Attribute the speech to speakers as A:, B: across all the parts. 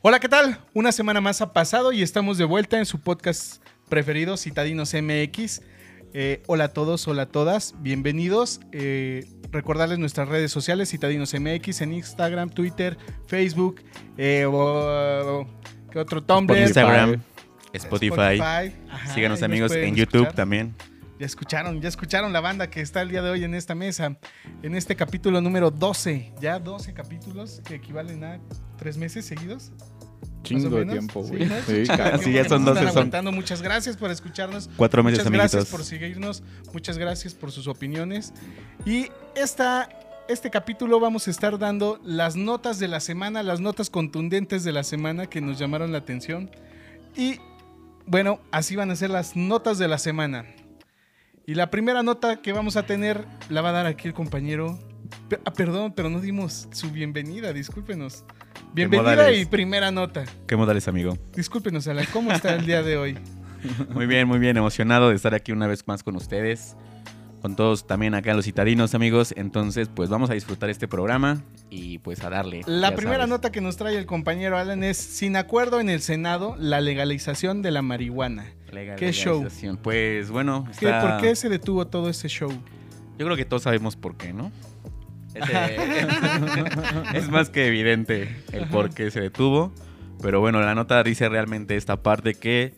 A: Hola, ¿qué tal? Una semana más ha pasado y estamos de vuelta en su podcast preferido, Citadinos MX. Eh, hola a todos, hola a todas, bienvenidos. Eh, recordarles nuestras redes sociales, Citadinos MX, en Instagram, Twitter, Facebook, eh, o- ¿qué otro? Tumblr,
B: Instagram, Spotify.
A: Ajá,
B: Síganos
A: ahí nos
B: amigos
A: pueden
B: en YouTube
A: escuchar.
B: también.
A: Ya escucharon, ya escucharon la banda que está el día de hoy en esta mesa, en este capítulo número 12. Ya 12 capítulos que equivalen a tres meses seguidos.
C: Chingo
A: más o
C: de
A: menos.
C: tiempo,
A: Sí,
C: güey.
A: ¿no?
C: Sí,
A: Chingo de
C: cabrón.
A: tiempo
B: Sí, ya
A: que
B: son
A: nos están
B: 12, son-
A: aguantando. Muchas gracias por escucharnos.
B: Cuatro meses,
A: Muchas
B: amiguitos.
A: gracias por seguirnos. Muchas gracias por sus opiniones. Y esta, este capítulo vamos a estar dando las notas de la semana, las notas contundentes de la semana que nos llamaron la atención. Y bueno, así van a ser las notas de la semana. Y la primera nota que vamos a tener la va a dar aquí el compañero. Pe- ah, perdón, pero no dimos su bienvenida, discúlpenos. Bienvenida
B: modales.
A: y primera nota.
B: ¿Qué modales, amigo?
A: Discúlpenos, Alan, ¿cómo está el día de hoy?
B: Muy bien, muy bien. Emocionado de estar aquí una vez más con ustedes. Con todos también acá los citadinos, amigos. Entonces, pues vamos a disfrutar este programa y pues a darle.
A: La
B: ya
A: primera
B: sabes.
A: nota que nos trae el compañero Alan es, sin acuerdo en el Senado, la legalización de la marihuana.
B: Legal-
A: ¿Qué show?
B: legalización. Pues bueno,
A: ¿Qué-
B: está-
A: ¿Por qué se detuvo todo ese show?
B: Yo creo que todos sabemos por qué, ¿no? es más que evidente el por qué se detuvo. Pero bueno, la nota dice realmente esta parte que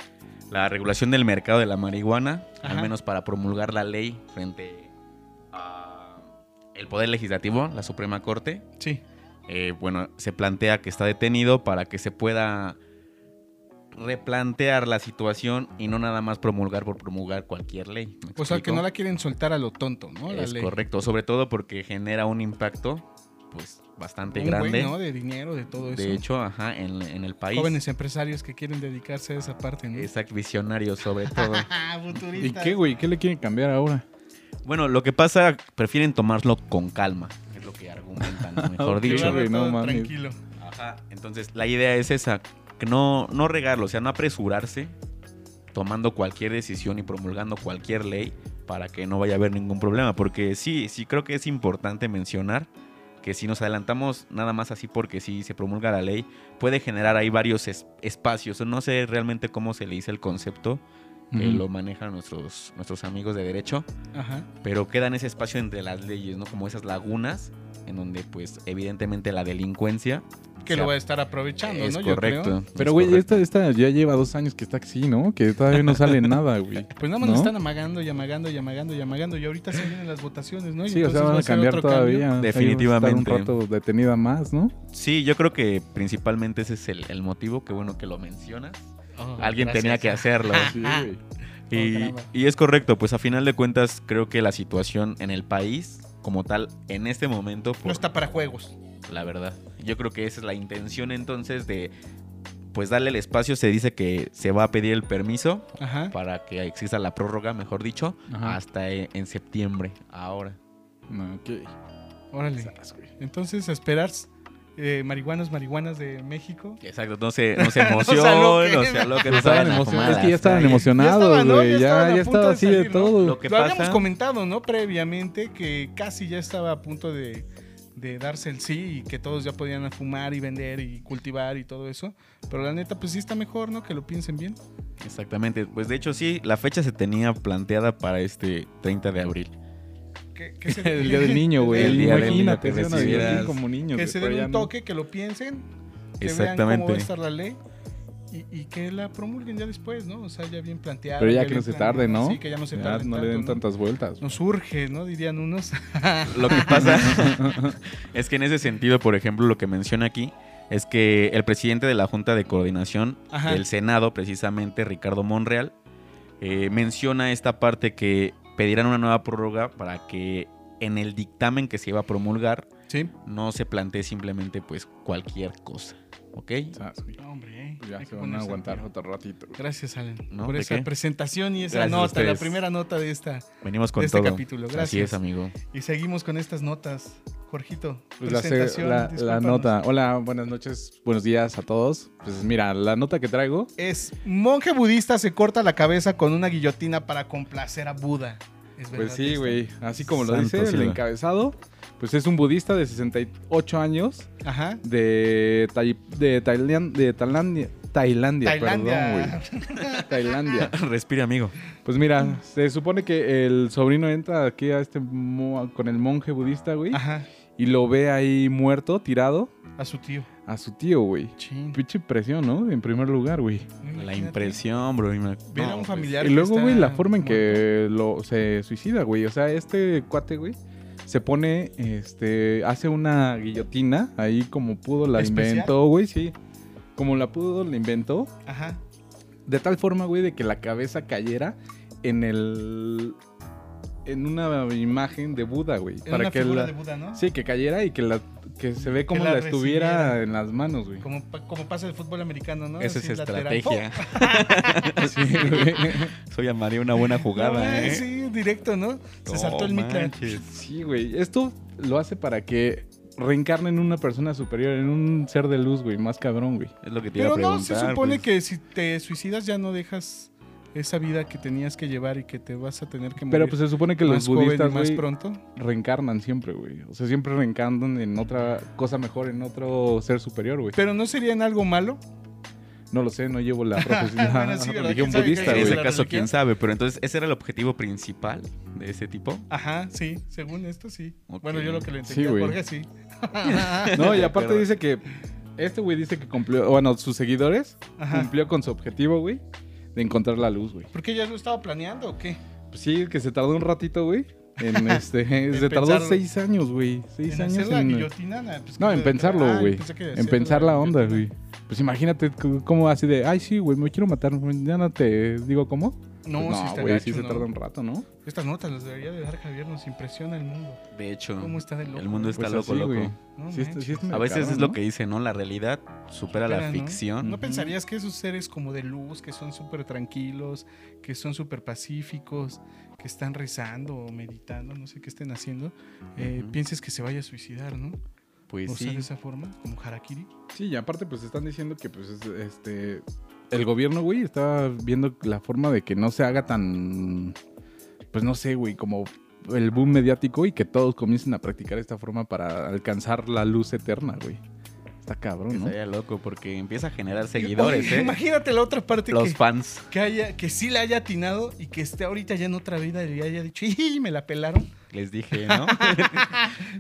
B: la regulación del mercado de la marihuana,
A: Ajá.
B: al menos para promulgar la ley frente a el Poder Legislativo, la Suprema Corte,
A: Sí.
B: eh, bueno, se plantea que está detenido para que se pueda replantear la situación y no nada más promulgar por promulgar cualquier ley. ¿me
A: O sea, que
B: explico?
A: no la quieren soltar a lo tonto, ¿no? La
B: es
A: ley.
B: correcto, sobre todo porque genera un impacto pues bastante
A: Un
B: grande.
A: buen, ¿no? De dinero, de todo eso.
B: De hecho, ajá, en, en el país.
A: Jóvenes empresarios que quieren dedicarse a esa parte, ¿no?
B: Exacto, visionarios sobre todo.
C: ¿Y qué, güey? ¿Qué le quieren cambiar ahora?
B: bueno, lo que pasa, prefieren tomarlo con calma. Es lo que argumentan, mejor
C: Ok.
B: dicho.
C: güey, no
A: no,
C: mames.
A: Tranquilo.
B: Ajá, entonces la idea es esa, que no, no regarlo, o sea, no apresurarse tomando cualquier decisión y promulgando cualquier ley para que no vaya a haber ningún problema, porque sí, sí creo que es importante mencionar que si nos adelantamos nada más así porque si se promulga la ley, puede generar ahí varios es- espacios, no sé realmente cómo se le dice el concepto, que
C: Ujú.
B: lo manejan nuestros, nuestros amigos de derecho,
A: Ajá.
B: pero queda en ese espacio entre las leyes, ¿no? Como esas lagunas en donde pues evidentemente la delincuencia
A: Que
B: se
A: lo
B: ap-
A: va a estar aprovechando,
B: es
A: ¿no? Yo creo.
B: correcto.
C: Pero,
B: es
C: Pues güey,
B: correcto.
C: esta, esta ya lleva dos años que está así, ¿no? Que todavía no sale nada, güey.
A: Pues nada más
C: ¿No?
A: nos están amagando y amagando y amagando y amagando. Y ahorita se vienen las votaciones, ¿no? Y
C: Sí, o
A: entonces
C: sea, van
A: va
C: a
A: ser
C: cambiar
A: otro cambio.
C: todavía.
B: Definitivamente.
C: Ahí va a estar un rato detenida más, ¿no?
B: este Sí, yo creo que principalmente ese es el, el motivo. Qué bueno que lo mencionas.
A: Oh,
B: Alguien
A: gracias. Ah, oh,
B: tenía que hacerlo.
C: Sí, güey.
B: y,
A: caramba.
B: y es correcto, pues a final de cuentas creo que la situación en el país como tal en este momento,
A: No
B: pues,
A: está para juegos.
B: la verdad. Yo creo que esa es la intención entonces de pues darle el espacio. Se dice que se va a pedir el permiso
A: Ajá.
B: para que exista la prórroga, mejor dicho,
C: Ajá.
B: hasta eh, en septiembre, ahora.
C: No, ok.
A: Órale.
C: Sas, güey.
A: Entonces, a esperar eh, marihuanos, marihuanas de México.
B: Exacto, no se, no se
A: se
B: emocionen,
A: aloquen.
B: no se aloquen, no se
C: Estaban
B: vayan Pues a
C: emocionados. Es
B: fumadas,
C: que ya estaban
B: nadie.
C: emocionados,
A: estaban, ¿no?
C: güey.
A: Ya estaban
C: Ya,
A: a
C: ya
A: punto
C: estaba
A: de
C: así de
A: salir, ¿no?
C: todo.
B: Lo que
A: Lo habíamos
B: pasa-
A: comentado, ¿no? Previamente, que casi ya estaba a punto de, de darse el sí y que todos ya podían fumar y vender y cultivar y todo eso. Pero la neta, pues sí está mejor, ¿no? Que lo piensen bien.
B: Exactamente, pues de hecho sí, la fecha se tenía planteada para este 30 de abril.
A: Que, que se
C: El día del niño, güey.
B: El día del niño
C: Imagínate,
B: que
C: es una
B: recibieras-
C: violación como niño.
A: que se den
C: güey, pero
A: un
C: ya no.
A: toque, que lo piensen, que vean cómo va a
B: Exactamente.
A: estar la ley y, y que la promulguen ya después, ¿no? O sea, ya bien planteada.
C: Pero ya
A: bien
C: que no se
A: planeada,
C: tarde, ¿no?
A: Sí, que ya no se
C: Ya
A: tarde.
C: no le den tantas vueltas.
A: Nos urge, ¿no? Dirían unos.
B: Lo que pasa es que en ese sentido, por ejemplo, lo que menciona aquí es que el presidente de la Junta de Coordinación
A: Ajá.
B: del Senado, precisamente Ricardo Monreal, eh, menciona esta parte que pedirán una nueva prórroga para que en el dictamen que se iba a promulgar
A: sí.
B: no se plantee simplemente pues cualquier cosa, ¿ok?
C: Sas, güey.
A: No, hombre, eh.
C: Pues Ya
A: Hay
C: se
A: que
C: van a
A: ponerse
C: aguantar
A: al tiro.
C: otro ratito. güey.
A: Gracias, Alan,
B: No,
A: por
B: ¿de
A: esa
B: qué?
A: presentación y esa
B: Gracias a
A: nota, la
B: ustedes.
A: primera nota de, esta,
B: Venimos con
A: de este
B: todo.
A: capítulo. Gracias.
B: Así es, amigo.
A: Y seguimos con estas notas. Jorgito,
C: Pues la, se-
A: presentación,
C: la, la
A: discúlpanos.
C: nota. Hola, buenas noches, buenos días a todos. Pues mira, la nota que traigo.
A: Es monje budista se corta la cabeza con una guillotina para complacer a Buda. Es verdad
C: Pues sí,
A: esto.
C: güey. Así como lo
B: Santo
C: dice el
B: cielo.
C: encabezado, pues es un budista de 68 años
A: Ajá.
C: de, Tai- de, Tailan- de Tailandia. Tailandia,
A: Tailandia.
C: perdón, güey. Tailandia.
B: Respira, amigo.
C: Pues mira, se supone que el sobrino entra aquí a este mo- con el monje budista, güey,
A: Ajá.
C: y lo ve ahí muerto, tirado
A: A su tío.
C: a su tío, güey.
A: Chin.
C: Pinche impresión, ¿no? En primer lugar, güey.
B: La
A: Imagínate.
B: impresión, bro. ima-
A: Ver a
B: No,
A: un
B: pues,
A: familiar.
C: Y
A: que
C: luego,
A: está
C: güey, la forma en
A: muerto.
C: que lo, se suicida, güey. O sea, este cuate, güey, se pone, este, hace una guillotina ahí como pudo, la
A: ¿Especial?
C: inventó, güey, sí. Como la pudo, la inventó.
A: Ajá.
C: De tal forma, güey, de que la cabeza cayera en el... En una imagen de Buda, güey.
A: Para
C: Para
A: una
C: que
A: figura
C: la...
A: de Buda, ¿no?
C: Sí, que cayera y que la... Que se ve como
A: la
C: la, estuviera
A: recibiera.
C: en las manos, güey.
A: Como, pa- como pasa el fútbol americano, ¿no?
B: Esa es
A: Así, lateral.
B: estrategia.
C: Sí, güey.
B: Eso llamaría una buena
A: ¡Oh! No,
B: jugada,
A: güey,
B: ¿eh?
A: Sí, directo, ¿no? Se
B: No
A: saltó el mitla.
B: manches.
C: Sí, güey. Esto lo hace para que reencarnen en una persona superior, en un ser de luz, güey. Más cabrón, güey.
B: Es lo que te iba
A: Pero no,
B: a preguntar.
A: se supone
B: pues.
A: que si te suicidas ya no dejas esa vida que tenías que llevar y que te vas a tener que morir.
C: Pero pues se supone que los
A: más joven y
C: budistas,
A: más
C: güey,
A: pronto.
C: reencarnan siempre, güey. O sea, siempre reencarnan en otra cosa mejor, en otro ser superior, güey.
A: Pero no sería en algo malo.
C: No lo sé, no llevo la profesión.
A: Bueno, sí, ¿verdad?
C: religión
A: ¿Quién sabe
C: budista,
A: qué es
B: en
C: güey.
B: ese
A: la
B: caso,
A: religión?
B: quién sabe. Pero entonces, ¿ese era el objetivo principal de ese tipo?
A: Ajá, sí, según esto sí.
B: Ok.
A: Bueno, yo lo que lo
C: Sí,
A: entendí,
C: güey.
A: Jorge sí.
C: No, y
B: De
C: aparte
B: acuerdo.
C: dice que este güey dice que cumplió, bueno, sus seguidores
A: Ajá.
C: cumplió con su objetivo, güey, de encontrar la luz, güey.
A: ¿Por qué ya lo estaba planeando o qué?
C: Pues sí, que se tardó un ratito, güey. En este, se tardó
A: pensarlo.
C: seis años, güey. Seis
A: ¿En
C: años
A: hacer la
C: en-
A: guillotina? Nah, pues,
C: No,
A: ¿cómo
C: en
A: de-
C: pensarlo,
A: Ah,
C: güey.
A: pensé que
C: en
A: hacer
C: pensar la onda, güey.
A: guillotina.
C: Pues imagínate c- cómo así de, ay, sí, güey, me quiero matar, mañana te digo cómo.
A: No,
C: Pues
A: sí está
C: güey,
A: gacho,
C: sí se
A: ¿no?
C: tarda un rato, ¿no?
A: Estas notas las debería de dar Javier, nos impresiona el mundo.
B: De hecho,
A: ¿Cómo está de loco?
B: Ah, el mundo está
C: Pues
B: loco,
C: así,
B: loco.
C: güey.
A: No
C: Sí está- sí
A: manches.
C: está medio
B: A veces
C: cabrón,
B: es lo
C: ¿no?
B: que dicen, ¿no? La realidad supera
A: Supera,
B: la
A: ¿no?
B: ficción.
A: ¿No pensarías que esos seres como de luz, que son súper tranquilos, que son súper pacíficos, que están rezando o meditando, no sé qué estén haciendo, eh,
B: Ujú.
A: pienses que se vaya a suicidar, ¿no?
B: Pues
A: o sea,
B: sí.
A: de esa forma, como Harakiri.
C: Sí, y aparte, pues están diciendo que, pues, es- este. El gobierno, güey, está viendo la forma de que no se haga tan. Pues no sé, güey, como el boom mediático y que todos comiencen a practicar esta forma para alcanzar la luz eterna, güey. Está cabrón, ¿no?
B: Estaría loco porque empieza a generar seguidores,
A: Oye,
B: ¿eh?
A: Imagínate la otra parte
B: Los
A: que,
B: fans.
A: que, haya, que sí la haya atinado y que esté ahorita ya en otra vida y le haya dicho, ¡y me la pelaron!
B: Les dije, ¿no?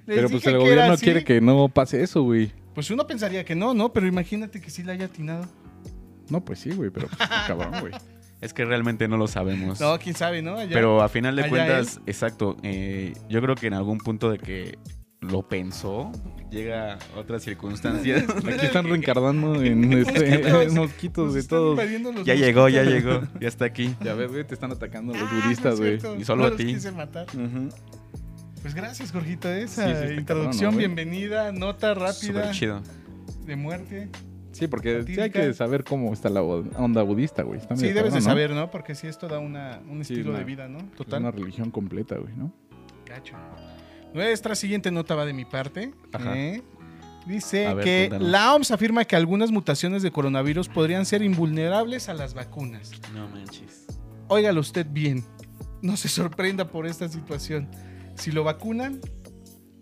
A: Les
C: Pero pues
A: dije
C: el
A: que era
C: gobierno
A: así.
C: quiere que no pase eso, güey.
A: Pues uno pensaría que no, ¿no? Pero imagínate que sí la haya atinado.
C: No, pues sí, güey, pero pues, está cabrón, güey.
B: es que realmente no lo sabemos.
A: No, quién sabe, ¿no? Allá-
B: Pero a final de
A: Allá
B: cuentas, exacto. eh, yo creo que en algún punto de que lo pensó, llega a otras circunstancias.
C: Aquí están reencarnando en este,
A: Mosquitos.
C: mosquitos
A: Nos
C: pues, de
A: están
C: todos.
A: invadiendo los
B: ya
A: mosquitos.
B: llegó, ya llegó, ya está aquí.
C: Ya ves, güey, te están atacando
A: Ah,
C: los
A: no es
C: budistas, güey.
A: cierto.
B: Y solo
A: No
B: a
A: los
B: ti.
A: quise matar.
C: Ujú.
A: Pues gracias, Jorgito.
C: Sí, sí,
A: Esa
C: está cabrón,
A: introducción,
C: ¿no, güey?
A: bienvenida, nota rápida
B: Súper chido.
A: de muerte.
C: Sí, porque sí hay
A: Satírica.
C: que saber cómo está la bo- onda budista, güey. Está
A: Sí,
C: medio
A: debes de
C: cabrón, ¿no?
A: saber, ¿no? Porque si esto da una, un
C: Sí,
A: estilo
C: una-
A: de vida, ¿no?
C: Es una religión completa, güey, ¿no?
A: Cacho. Nuestra siguiente nota va de mi parte.
B: Ajá.
A: ¿eh? Dice
B: A ver,
A: que
B: cuéntanos.
A: la OMS afirma que algunas mutaciones de coronavirus podrían ser invulnerables a las vacunas.
B: No manches.
A: Óigalo usted bien. No se sorprenda por esta situación. Si lo vacunan,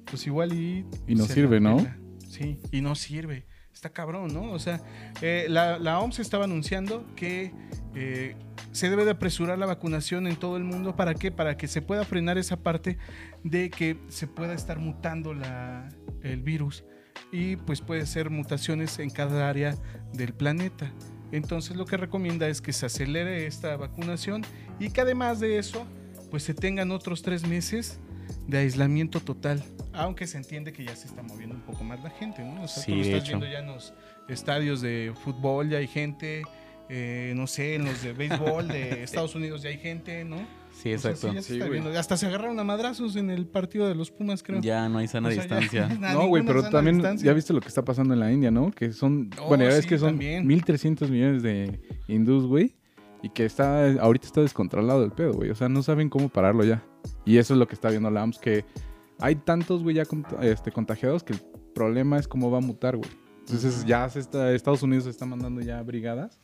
A: pues igual y...
C: Y no
A: se
C: sirve,
A: la
C: ¿no?
A: pela. Sí, y no sirve. Está cabrón, ¿no? O sea, eh, la, la OMS estaba anunciando que eh, se debe de apresurar la vacunación en todo el mundo. ¿Para qué? Para que se pueda frenar esa parte de que se pueda estar mutando la, el virus. Y pues puede ser mutaciones en cada área del planeta. Entonces lo que recomienda es que se acelere esta vacunación y que además de eso, pues se tengan otros tres meses de aislamiento total. Aunque se entiende que ya se está moviendo un poco más la gente, ¿no? O sea,
B: Sí,
A: tú lo
B: de
A: estás
B: hecho.
A: viendo ya en los estadios de fútbol, ya hay gente, eh, no sé, en los de béisbol de Estados Unidos ya hay gente, ¿no?
B: Sí,
A: O sea, sí,
B: exacto.
A: ya se
C: Sí,
A: está
C: güey.
A: viendo. Hasta se agarraron a madrazos en el partido de los Pumas, creo.
B: Ya no hay sana
A: O sea, ya-
B: distancia.
A: nada,
C: no, güey,
A: ninguna
C: pero
A: sana
C: también
A: distancia.
C: ya viste lo que está pasando en la India, ¿no? Que son,
A: Oh,
C: bueno, ya ves
A: sí,
C: que son
A: también.
C: 1.300 millones de hindús, güey. Y que está, ahorita está descontrolado el pedo, güey. O sea, no saben cómo pararlo ya. Y eso es lo que está viendo la OMS, que hay tantos, güey, ya cont- este, contagiados que el problema es cómo va a mutar, güey. Entonces ya se está, Estados Unidos está mandando ya brigadas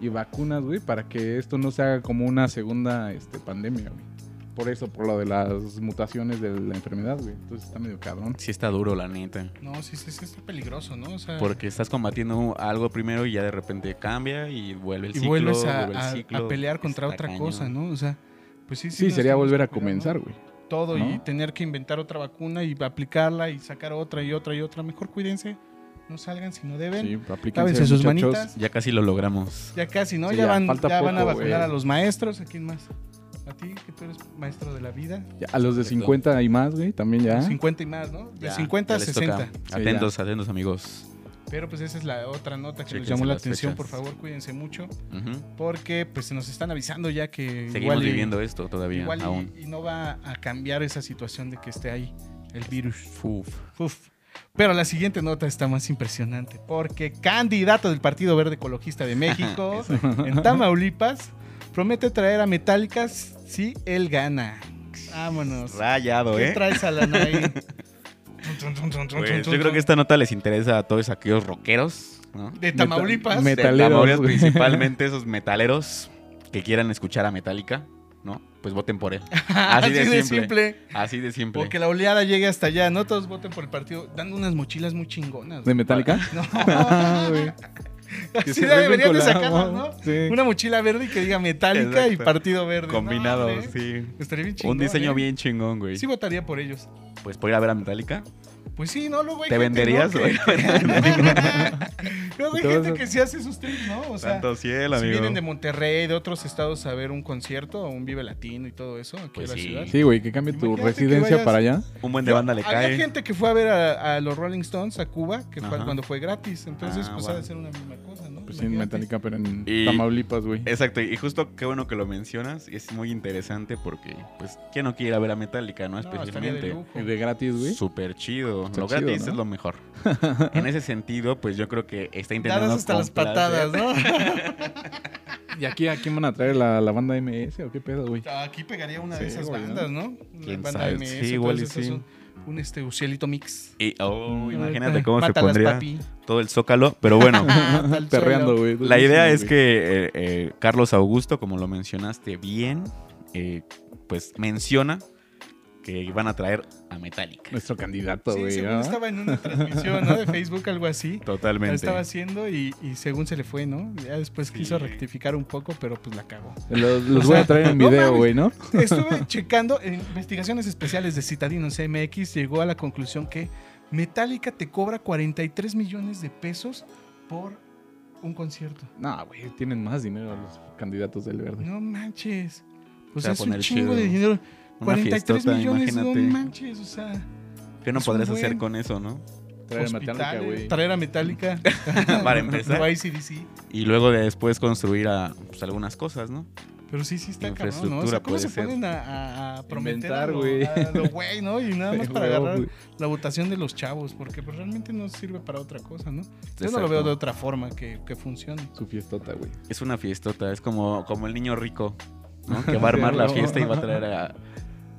C: y vacunas, güey, para que esto no se haga como una segunda este, pandemia, güey. Por eso, por lo de las mutaciones de la enfermedad, güey. Entonces está medio cabrón.
B: Sí está duro, la neta.
A: No, sí, sí, sí, está peligroso, ¿no? O sea,
B: Porque estás combatiendo algo primero y ya de repente cambia y vuelve el
A: y
B: ciclo.
A: vuelves a,
B: vuelve el
A: a- a
B: ciclo.
A: pelear contra
B: Está
A: otra
B: cañón.
A: cosa, ¿no? O sea, pues sí,
C: Sí,
A: no
C: sería
A: estamos
C: volver a
A: peleando
C: comenzar, güey.
A: Todo y
C: ¿no?
A: tener que inventar otra vacuna y aplicarla y sacar otra y otra y otra. Mejor cuídense, no salgan si no deben.
C: Sí, aplíquense,
A: lávense sus
C: muchachos.
A: manitas.
B: Ya casi lo logramos.
A: Ya casi, ¿no?
C: Sí,
A: ya
C: ya
A: van,
C: falta
A: ya van a
C: poco,
A: vacunar
C: güey.
A: a los maestros. ¿A quién más? A ti, que tú eres maestro de la vida.
C: Ya, a los de
B: Perfecto.
C: 50 y más, güey, también ya.
A: 50 y más, ¿no? De
B: Ya,
A: 50 a
B: ya les
A: 60.
B: toca.
C: Sí,
B: Atentos, atentos, amigos.
A: Pero pues esa es la otra nota que nos
B: Chéquense
A: llamó la
B: las
A: atención.
B: fechas.
A: Por favor, cuídense mucho.
B: Ujú.
A: Porque pues se nos están avisando ya que
B: Seguimos
A: igual y-
B: viviendo esto todavía,
A: igual y-
B: aún.
A: y no va a cambiar esa situación de que esté ahí el virus.
B: Uf.
A: Uf. Pero la siguiente nota está más impresionante, porque candidato del Partido Verde Ecologista de México en Tamaulipas promete traer a Metallica si él gana. Vámonos.
B: Rayado,
A: ¿Qué
B: ¿eh?
A: traes Alan, ahí?
B: Pues, yo creo que esta nota les interesa a todos aquellos rockeros, ¿no?
A: De Tamaulipas.
C: Meta-
B: De
C: Metaleros,
B: Tamaulipas,
C: güey.
B: principalmente esos metaleros que quieran escuchar a Metallica, ¿no? Pues voten por él. Así de simple. Así de simple.
A: O que la oleada llegue hasta allá, ¿no? Todos voten por el partido, dando unas mochilas muy chingonas.
C: ¿De
A: güey.
C: Metallica?
A: No.
C: Ah, güey. Que
A: Así
C: se
A: la deberían de
C: rifen con la-
A: sacarlas, ¿no?
C: Sí.
A: Una mochila verde y que diga Metallica y
B: Exacto.
A: Partido Verde.
B: Combinado,
A: No, hombre,
B: sí.
A: Estaría bien chingón.
B: Un diseño
A: ¿eh?
B: bien chingón, güey.
A: Sí votaría por ellos.
B: Pues por ir a ver a Metallica.
A: Pues sí, no, luego hay
B: ¿Te
A: gente, ¿no?
B: venderías,
A: que-
B: güey?
A: luego hay
C: Te vas
A: gente
C: a-
A: que sí hace sus trips, ¿no? O sea,
B: Santo cielo,
A: si
B: amigo.
A: vienen de Monterrey, de otros estados a ver un concierto, un Vive Latino y todo eso, aquí
B: Pues
A: en la
B: sí.
A: ciudad.
C: Sí, güey, que cambie tu
A: Imagínate que
C: residencia
A: vayas-
C: para allá.
B: Un buen de banda le
A: Había
B: cae.
A: gente que fue a ver a, a los Rolling Stones a Cuba, que fue
B: Ajá.
A: cuando fue gratis. Entonces,
B: Ah,
A: pues ha
B: bueno.
A: de ser una misma cosa, ¿no?
C: Pues sí, en
A: Imagínate.
C: Metallica, pero en
B: Y-
C: Tamaulipas, güey.
B: Exacto, y justo qué bueno que lo mencionas, es muy interesante porque, pues, ¿quién no quiere ir a ver a Metallica, no?
A: No, estaría de
B: Especialmente.
A: lujo.
C: Y De gratis, güey.
B: Súper chido.
C: Está
B: lo
C: chido,
B: gratis
C: ¿no?
B: es lo mejor. en ese sentido, pues yo creo que ¿eh? está intentando.
A: Dadas hasta las
B: complacer-
A: patadas, ¿no?
C: ¿Y aquí a quién van a traer la, la banda MS o qué pedo, güey?
A: Ah, Aquí pegaría una de
C: Sí,
A: esas
C: güey, ¿no?
A: bandas, ¿no? Una
B: ¿Quién
A: banda
B: sabe?
A: MS,
B: Sí,
A: todas
B: igual y
A: esas
B: sí.
A: son Un este ucielito mix. eh,
B: Y, oh,
C: Mm.
B: imagínate cómo se
A: Mátalas,
B: pondría
A: papi.
B: todo el zócalo. Pero bueno,
A: Hasta el
C: Perreando,
A: suelo.
C: güey.
B: la idea
C: Pues Sí, güey.
B: es que eh, eh, Carlos Augusto, como lo mencionaste bien, eh, pues menciona que van a traer a Metallica.
C: Nuestro candidato,
A: Sí,
C: güey.
A: según
C: ¿ah?
A: estaba en una transmisión, ¿no? De Facebook, algo así. La
B: Totalmente.
A: estaba haciendo y, y según se le fue, ¿no? Ya después quiso rectificar un poco, pero pues la cagó.
C: Los, los
A: O
C: voy
A: sea,
C: a traer en
A: no
C: video,
A: mames.
C: güey, ¿no?
A: Estuve checando en investigaciones especiales de Citadinos MX, llegó a la conclusión que Metallica te cobra 43 millones de pesos por un concierto.
C: No, güey, tienen más dinero los candidatos del verde.
A: No manches. O
B: Se
A: sea,
B: va a
A: es un
B: poner
A: chingo
B: chido.
A: de dinero.
B: Una
A: 43
B: fiestota,
A: millones, no
B: imagínate.
A: manches, o sea.
B: ¿Qué no
A: es un
B: podrás
A: buen-
B: hacer con eso, no?
C: Traer a
A: hospitales,
C: Metallica, güey.
A: eh. Traer a Metallica.
B: Para empezar.
A: O a AC/DC.
B: Y luego de después construir a, pues, algunas cosas, ¿no?
A: Pero sí, sí está cabrón, ¿no? O sea,
B: Infraestructura
A: ¿cómo se
B: puede ser.
A: ponen a, a- a prometer
C: Inventar,
A: a lo-
C: güey.
A: a lo güey, ¿no? Y nada más
C: Sí,
A: para
C: güey,
A: agarrar
C: güey.
A: la votación de los chavos, porque pues, realmente no sirve para otra cosa, ¿no? Yo no
B: Exacto.
A: lo veo de otra forma que, que funcione.
C: Su fiestota, güey.
B: Es una fiestota, es como, como el niño rico, ¿no? Que va a armar la fiesta y va a traer a,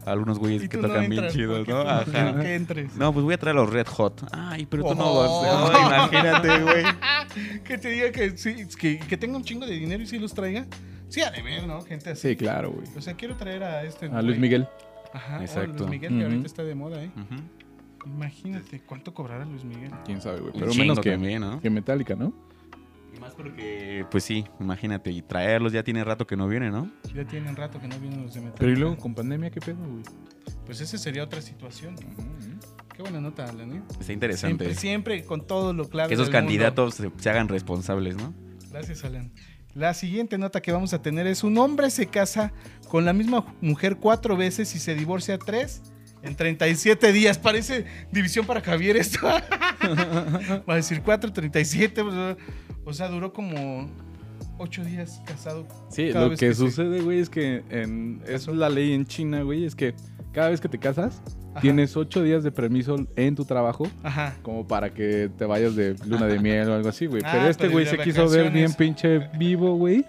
B: a algunos güeyes
A: Y
B: que
A: tú no
B: tocan bien
A: entras,
B: chidos,
A: porque
B: ¿no?
A: tú no quiero
B: Ajá.
A: que entres.
B: No, pues voy a traer a los Red Hot. Ay, pero tú no vas.
A: Oh.
B: Ay, imagínate, güey.
A: Que te diga que sí, es que, que tenga un chingo de dinero y sí los traiga. Sí, a deber, ¿no? Gente así.
C: Sí, claro, güey.
A: O sea, quiero traer a este.
C: A
A: Pues güey.
C: Luis Miguel.
A: Ajá, o a
B: Exacto.
A: Luis Miguel, que ahorita
C: Ujú.
A: está de moda, ¿eh?
B: Ujú.
A: Imagínate cuánto cobrará Luis Miguel.
C: Quién sabe, güey.
B: Un
C: Pero
B: chingo
C: menos que,
B: también, ¿no?
C: que Metallica, ¿no?
B: Y más porque, pues sí, imagínate, y traerlos ya tiene rato que no viene, ¿no?
A: Ya tienen rato que no vienen los de metal.
C: Pero y luego con pandemia, ¿qué pedo, güey?
A: Pues esa sería otra situación. Qué buena nota, Alan, ¿eh?
B: Está interesante.
A: Siempre, siempre con todo lo clave.
B: que esos
A: del mundo.
B: candidatos se, se hagan responsables, ¿no?
A: Gracias, Alan. La siguiente nota que vamos a tener es: un hombre se casa con la misma ju- mujer cuatro veces y se divorcia tres en 37 días. Parece división para Javier esto. Va a decir cuatro, 37. pues, O sea, duró como ocho días casado.
C: Sí,
A: cada
C: lo que,
A: vez se-
C: sucede, güey, es que en, es la ley en China, güey, es que cada vez que te casas,
A: Ajá,
C: tienes ocho días de permiso en tu trabajo
A: Ajá.
C: como para que te vayas de luna de miel o algo así, güey.
A: Ah,
C: pero este
A: pero
C: güey
A: de
C: se quiso ver bien
A: vacaciones.
C: pinche vivo, güey.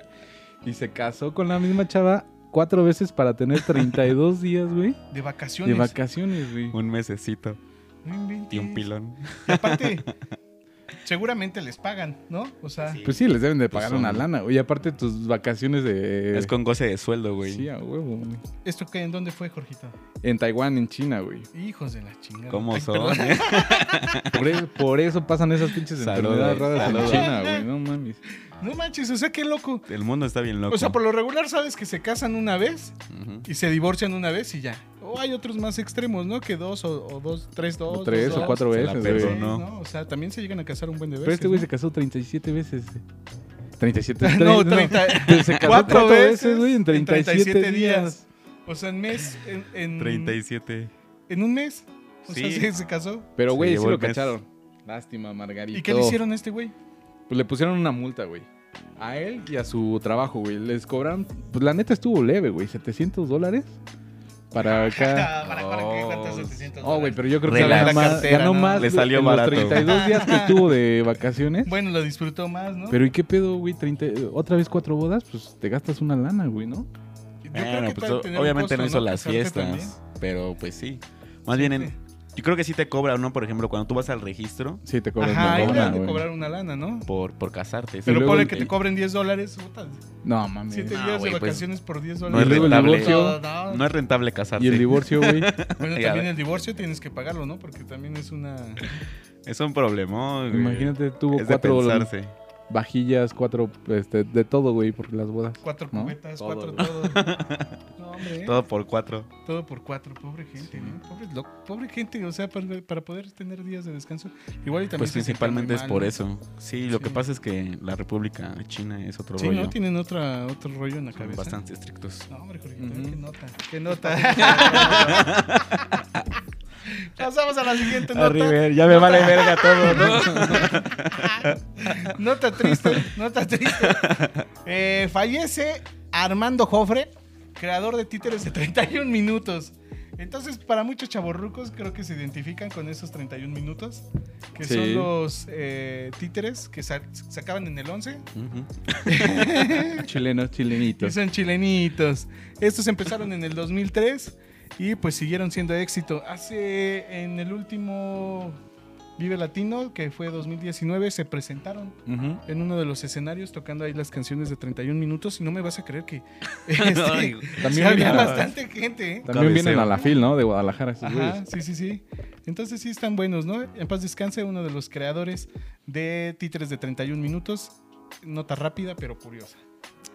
C: Y se casó con la misma chava cuatro veces para tener 32 días, güey,
A: De vacaciones.
C: de vacaciones, güey.
B: Un mesecito
A: No inventes.
B: y un pilón.
A: Y aparte, seguramente les pagan, ¿no? O sea,
B: Sí.
C: Pues sí, les deben de pagar
B: son-
C: una lana, güey. Y aparte tus vacaciones de...
B: Es con goce de sueldo, güey.
C: Sí, a huevo, güey.
A: ¿esto qué? ¿En dónde fue, Jorgito?
C: En Taiwán, en China, güey.
A: Hijos de la chingada.
B: ¿Cómo
A: Ay,
B: son?
A: perdón.
B: eh?
C: Por eso, por eso pasan esas pinches
B: Saludos,
C: enfermedades raras en
B: saludos.
C: China, güey. No mames.
A: No manches, o sea, qué loco.
B: El mundo está bien loco.
A: O sea, por Mm. lo regular sabes que se casan una vez
B: Ujú.
A: y se divorcian una vez y ya. O hay otros más extremos, ¿no? Que dos o, o dos, tres, dos.
C: O tres
A: dos,
C: o
A: dos,
C: cuatro
B: se la
C: veces,
A: seis,
B: perdono.
C: güey.
A: ¿no?
B: ¿no?
A: O sea, también se llegan a casar un buen de veces.
C: Pero este güey
A: ¿no?
C: se casó 37 veces. 37 veces.
A: No, 30.
C: Se casó cuatro veces, güey, en 37,
A: 37
C: días.
A: O sea, en mes. En, en,
B: 37.
A: en un mes. O sea,
B: Sí.
A: se, se casó.
C: Pero,
B: Se
C: güey, sí
B: llevó
C: lo
B: el mes.
C: cacharon. Lástima, Margarito.
A: ¿Y qué le hicieron a este güey?
C: Pues le pusieron una multa, güey. A él y a su trabajo, güey. Les cobraron. Pues la neta estuvo leve, güey. 700 dólares. Para acá.
A: Ah, ¿Para, para qué cuentas 700
C: Oh, güey,
A: dólares?
C: pero yo creo que
B: Relaja
C: ganó
A: la
C: más,
A: cartera,
C: ganó
A: ¿no?
C: más
B: Le salió
C: en los
B: barato.
C: 32 días que estuvo de vacaciones.
A: Bueno, lo disfrutó más, ¿no?
C: Pero ¿y qué pedo, güey? 30 ¿Otra vez cuatro bodas? Pues te gastas una lana, güey, ¿no?
A: Yo creo
B: Bueno,
A: que
B: pues
A: puede
B: o-
A: tener un
B: obviamente
A: costo,
B: no hizo las
A: Casarte
B: fiestas,
A: también.
B: pero pues sí. Más bien, en- yo creo que sí te cobra, ¿no? Por ejemplo, cuando tú vas al registro
C: Sí, te cobras
A: Ajá, ahí le
C: una lana,
A: han de
C: güey.
A: cobrar una lana, ¿no?
B: por, por casarte. sí.
A: Pero
C: luego
A: ponle
C: el-
A: que te cobren 10 dólares. puta,
C: No, mames.
A: Siete
B: No,
A: días
B: güey,
A: de
B: pues,
A: vacaciones por 10
B: no es
A: dólares.
C: Y luego el
B: rentable.
C: divorcio.
A: No,
B: No es rentable casarte.
C: Y el divorcio, güey.
A: Bueno,
B: Ya,
A: también
B: ve.
A: el divorcio tienes que pagarlo, ¿no? Porque también es una...
B: Es un problemón, güey.
C: Imagínate, tuvo
B: Es de
C: cuatro
B: pensarse.
C: vajillas, cuatro, este, de todo, güey, por las bodas.
A: Cuatro
C: ¿No?
A: cubetas,
C: Todo,
A: cuatro
C: güey.
A: todo. No, hombre. ¿eh? Todo.
B: Todo por cuatro.
A: por cuatro. Pobre gente,
C: Sí.
A: ¿no? Pobre, lo- pobre gente, o sea, para, para poder tener días de descanso. Igual y también...
B: Pues
A: se sienten
B: principalmente
A: muy
B: es
A: mal,
B: por
A: ¿no?
B: eso. Sí, lo que
A: Sí.
B: pasa es que la República China es otro
A: Sí,
B: rollo.
A: ¿no? Tienen otra, otro rollo en la
B: Son
A: cabeza.
B: bastante estrictos.
A: No, hombre, Jorge,
C: Ujú.
A: qué nota. Qué nota. Pasamos a la siguiente nota.
B: ya me vale verga todo,
A: Nota triste, nota triste. Eh, fallece Armando Jofre, creador de títeres de 31 minutos. Entonces, para muchos chavorrucos, creo que se identifican con esos 31 minutos, que
C: Sí.
A: son los eh, títeres que sa- sacaban en el 11
C: Chilenos,
A: y
C: chilenitos.
A: son chilenitos. Estos empezaron en el 2003 y pues siguieron siendo éxito. Hace en el último Vive Latino, que fue 2019, se presentaron
C: Ujú.
A: en uno de los escenarios tocando ahí las canciones de 31 minutos y no me vas a creer que este, sí
C: También,
A: había
C: vienen a-
A: bastante gente. ¿eh?
C: también vienen
B: Cabeceo.
C: a la fil, ¿no? De Guadalajara, esos
A: Ajá,
C: güeyes.
A: sí, sí, sí. Entonces sí están buenos, ¿no? En paz descanse uno de los creadores de títeres de 31 minutos. Nota rápida pero curiosa.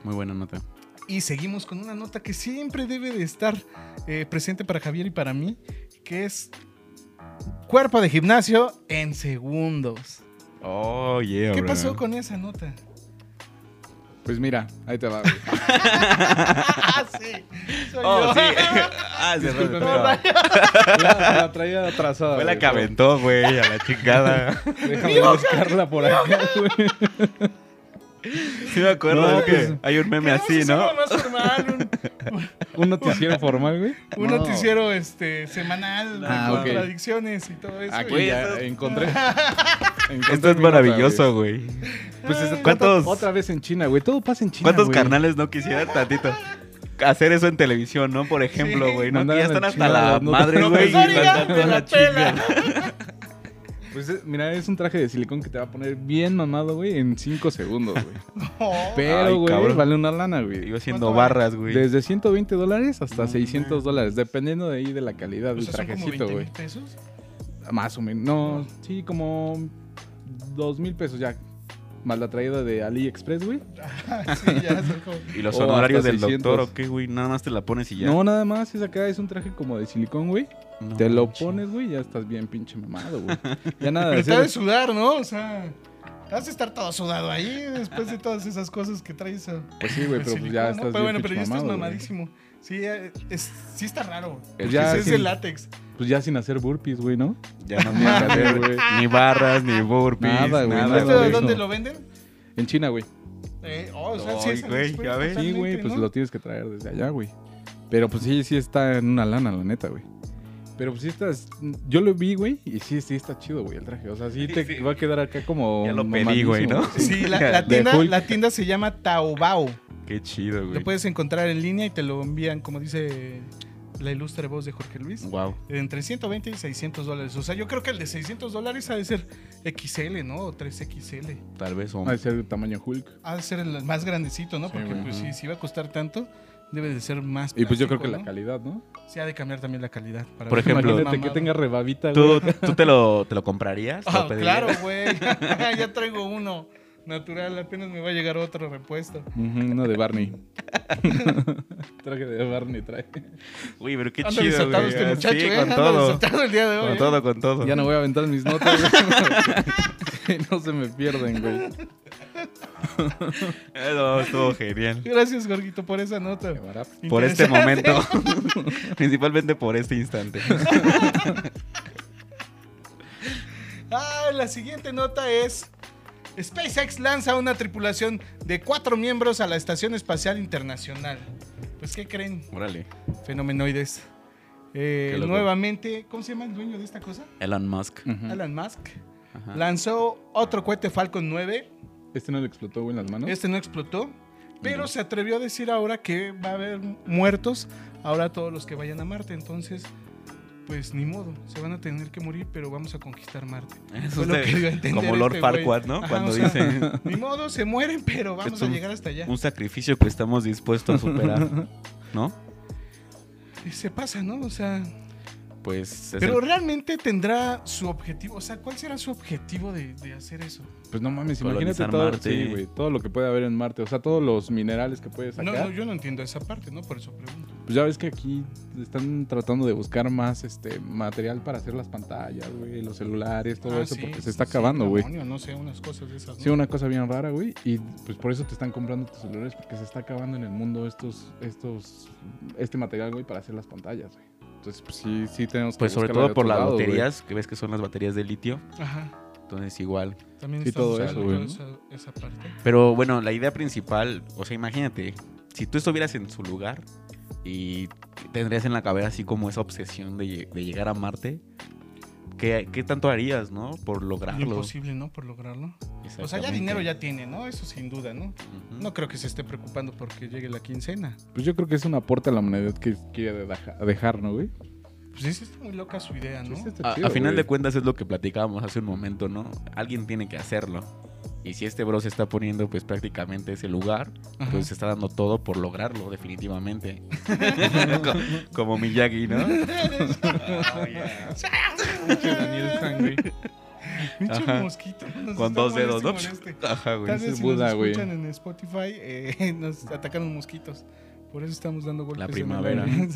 B: Muy buena nota.
A: Y seguimos con una nota que siempre debe de estar eh, presente para Javier y para mí, que es cuerpo de gimnasio en segundos.
B: Oh, yeah,
A: ¿Qué
B: bro.
A: pasó con esa nota?
C: Pues mira, ahí te va, güey.
A: ah, sí. Soy yo.
B: Oh, sí. Ah, se
C: Disculpen,
B: rompió.
C: pero- La, la traía atrasada.
B: Fue la
C: güey,
B: que aventó, güey, a la chingada.
C: pero Déjame buscarla por acá, güey.
B: Sí me acuerdo
C: No,
B: es que
C: pues-
B: hay un meme así,
A: Queremos
B: ¿no?
A: algo más formal,
C: Un noticiero formal, güey.
A: un, un
C: No.
A: noticiero este, semanal
B: Ah,
A: con
B: ok.
A: contradicciones y todo eso.
C: Aquí
A: Y-
C: ya encontré. encontré
B: Esto es
C: mi nota,
B: maravilloso, güey.
C: güey. Pues es-
B: ¿Cuántos-
C: Otra vez en China, güey. Todo pasa en China.
B: ¿Cuántos
C: güey.
B: carnales no quisieran tantito hacer eso en televisión, no? Por ejemplo,
A: Sí.
B: güey, ¿no? Que ya
C: Mandaron
B: están
C: a
B: hasta
C: chingar
B: la
C: las notas.
B: madre,
A: No,
B: güey. y
A: pero pues, ya
B: mandan
A: te
B: toda
A: la
B: la chinga.
A: pela.
C: Pues eh, mira, es un traje de silicón que te va a poner bien mamado, güey, en 5 segundos, güey.
A: Oh,
B: Ay,
C: Pero, güey,
B: cabrón.
C: vale una lana, güey.
B: Iba haciendo
A: ¿Cuánto
B: barras, güey.
C: Desde 120 dólares hasta
B: No,
C: 600 dólares, dependiendo de ahí de la calidad
A: o
C: del
A: sea, Pues, son como
C: trajecito,
A: 20
C: güey.
A: mil pesos.
C: Más o menos. No, sí, como 2 mil pesos ya. Más la traída de AliExpress, güey.
A: Ah, sí, ya son como-
B: ¿Y los
C: O
B: honorarios
C: oh, hasta
B: del
C: 600.
B: doctor o qué, güey? Nada más te la pones y ya.
C: No, nada más, es acá, es un traje como de silicón, güey.
B: No
C: te lo
B: manches.
C: pones, güey, y ya estás bien pinche mamado, güey. Ya nada de
A: Pero te ha de
C: hacer.
A: sudar, ¿no? O sea, has de estar todo sudado ahí después de todas esas cosas que traes. ah,
C: Pues sí,
A: el
C: güey, pero pues
A: silicón,
C: ya
A: ¿no?
C: estás
A: Pero
C: bien
A: bueno,
C: pinche
A: pero ya estás
C: mamado, güey.
A: mamadísimo. Sí, eh, es- sí está raro.
C: Pues
A: Pues
C: ya,
A: es
C: sin,
A: de látex.
C: pues ya sin hacer burpees, güey, ¿no?
B: Ya no me vas a hacer, güey. Ni barras, ni burpees,
C: Nada,
B: nada,
C: güey,
B: güey.
C: nada,
A: ¿Esto
C: Ah, güey.
A: ¿Este dónde
C: eso.
A: lo venden?
C: En China, güey.
A: Eh, oh, o sea, sí
B: Ay,
A: es
B: güey,
A: Aliexpress
B: ya ves.
C: Sí,
A: totalmente,
C: güey, pues
A: ¿no?
C: lo tienes que traer desde allá, güey. Pero pues sí, sí está en una lana, la neta, güey. Pero pues sí estás... Yo lo vi, güey, y sí, sí está chido, güey, el traje. O sea, sí te
B: Sí.
C: va a quedar acá como...
B: Ya lo pedí, güey,
C: mamadísimo,
B: ¿no?
A: Sí, la, la
B: De
A: tienda,
C: Hulk.
A: la tienda se llama Taobao.
B: Qué chido,
A: Lo
B: güey.
A: puedes encontrar en línea y te lo envían, como dice la ilustre voz de Jorge Luis.
B: Wow.
A: Entre 120 y 600 dólares. O sea, yo creo que el de 600 dólares ha de ser XL, ¿no? O 3XL.
B: Tal vez
C: Ha de
B: hombre.
C: ser de tamaño Hulk.
A: Ha de ser el más grandecito, ¿no?
C: Sí,
A: Porque
C: güey.
A: pues, si, si va a costar tanto, debe de ser más.
C: Y pues yo creo que la
A: plástico, ¿no?
C: calidad, ¿no?
A: Sí, ha de cambiar también la calidad. para
B: Por
A: ver si
B: ejemplo-
A: no es
C: Imagínate que
A: mamado.
C: tenga rebabita, güey.
B: ¿Tú, tú te, lo, te lo comprarías? ¿Te lo
A: Ah,
B: pedirías?
A: claro, güey. ya traigo uno. Natural, apenas me va a llegar otro repuesto.
C: Ujú, uno de Barney. Traje de Barney, trae.
B: Uy, pero qué
A: Anda
B: chido,
A: desatado
B: güey.
A: este muchacho,
B: Sí,
A: ¿eh?
B: con
A: Anda
B: todo.
A: desatado el día de hoy.
B: Con
A: ¿eh?
B: todo, con todo.
C: Ya no voy a aventar mis notas, güey. no se me pierden, güey.
B: Eh, no, estuvo genial.
A: Gracias, Gorguito, por esa nota.
C: Qué barato.
B: Por este
A: Interesante.
B: momento. Principalmente por este instante.
A: Ah, la siguiente nota es... SpaceX lanza una tripulación de cuatro miembros a la Estación Espacial Internacional. Pues, ¿qué creen,
B: Órale.
A: fenomenoides? Eh,
B: Qué loco.
A: nuevamente, ¿cómo se llama el dueño de esta cosa?
B: Elon Musk.
C: Ujú.
A: Alan Musk.
B: Ajá.
A: Lanzó otro cohete Falcon 9
C: Este no le explotó, güey, en las manos.
A: Este no explotó, pero se atrevió a decir ahora que va a haber muertos, ahora todos los que vayan a Marte. Entonces, pues ni modo, se van a tener que morir, pero vamos a conquistar Marte.
B: Eso
A: Fue lo
B: es de-
A: que dio a entender
B: como Lord
A: este güey.
B: Farquaad, ¿no?
A: Ajá,
B: Cuando
A: o sea,
B: dice
A: Ni modo, se mueren, pero vamos
B: Es
A: a
B: un-
A: llegar hasta allá.
B: un sacrificio que estamos dispuestos a superar, ¿no?
A: Y se pasa, ¿no? O sea,
B: Pues es
A: pero
B: el-
A: realmente tendrá su objetivo. O sea, ¿cuál será su objetivo de, de hacer eso?
C: Pues no mames, imagínate
B: Colonizar
C: todo,
B: Marte.
C: sí, güey, todo lo que puede haber en Marte. O sea, todos los minerales que puedes
A: No,
C: sacar.
A: no, yo no entiendo esa parte, ¿no? Por eso pregunto.
C: Pues ya ves que aquí están tratando de buscar más este material para hacer las pantallas, güey, los celulares, todo
A: Ah,
C: eso,
A: sí,
C: porque se está
A: sí,
C: acabando, güey.
A: demonio, No sé, unas cosas de esas. ¿no?
C: Sí, una cosa bien rara, güey. Y pues por eso te están comprando tus celulares, porque se está acabando en el mundo estos, estos, este material, güey, para hacer las pantallas, güey. Entonces, pues sí, sí tenemos que
B: pues sobre
C: buscarle
B: todo
C: de
B: por
C: otros
B: las
C: lados, güey.
B: baterías, que ves que son las baterías de litio,
A: Ajá.
B: entonces igual.
A: También
C: Sí,
A: estás
C: todo
A: buscando
B: eso, güey,
A: toda
C: ¿no?
A: Esa, esa parte.
B: Pero bueno, la idea principal, o sea, imagínate, si tú estuvieras en su lugar y tendrías en la cabeza así como esa obsesión de, lle- de llegar a Marte, ¿qué, qué tanto harías, no? Por
A: Lo
B: lograrlo.
A: imposible, ¿no? Por lograrlo. Pues O sea, ya
B: Exactamente.
A: dinero ya tiene, ¿no? Eso sin duda, ¿no?
B: Ujú.
A: No creo que se esté preocupando porque llegue la quincena.
C: Pues yo creo que es un aporte a la humanidad que quiere deja- dejar, ¿no, güey?
A: Pues sí, sí está muy loca su idea, ¿no?
C: Sí, está
B: A, a
C: chido,
B: final
C: güey.
B: de cuentas es lo que platicábamos hace un momento, ¿no? Alguien tiene que hacerlo. Y si este bro se está poniendo pues prácticamente ese lugar,
A: Ajá.
B: pues se está dando todo por lograrlo, definitivamente. Co- Como Miyagi, ¿no?
A: Pinche Daniel San, güey. Pinche
B: Ajá.
A: mosquito. nos
B: Con
A: está
B: dos dedos, ¿no?
A: moleste y moleste.
B: Ajá, güey.
A: Tal
C: ese
A: vez si
C: Buda,
A: nos
C: güey.
A: escuchan en Spotify, eh, nos atacaron mosquitos. Por eso estamos dando golpes. en el
B: primavera.
A: aire.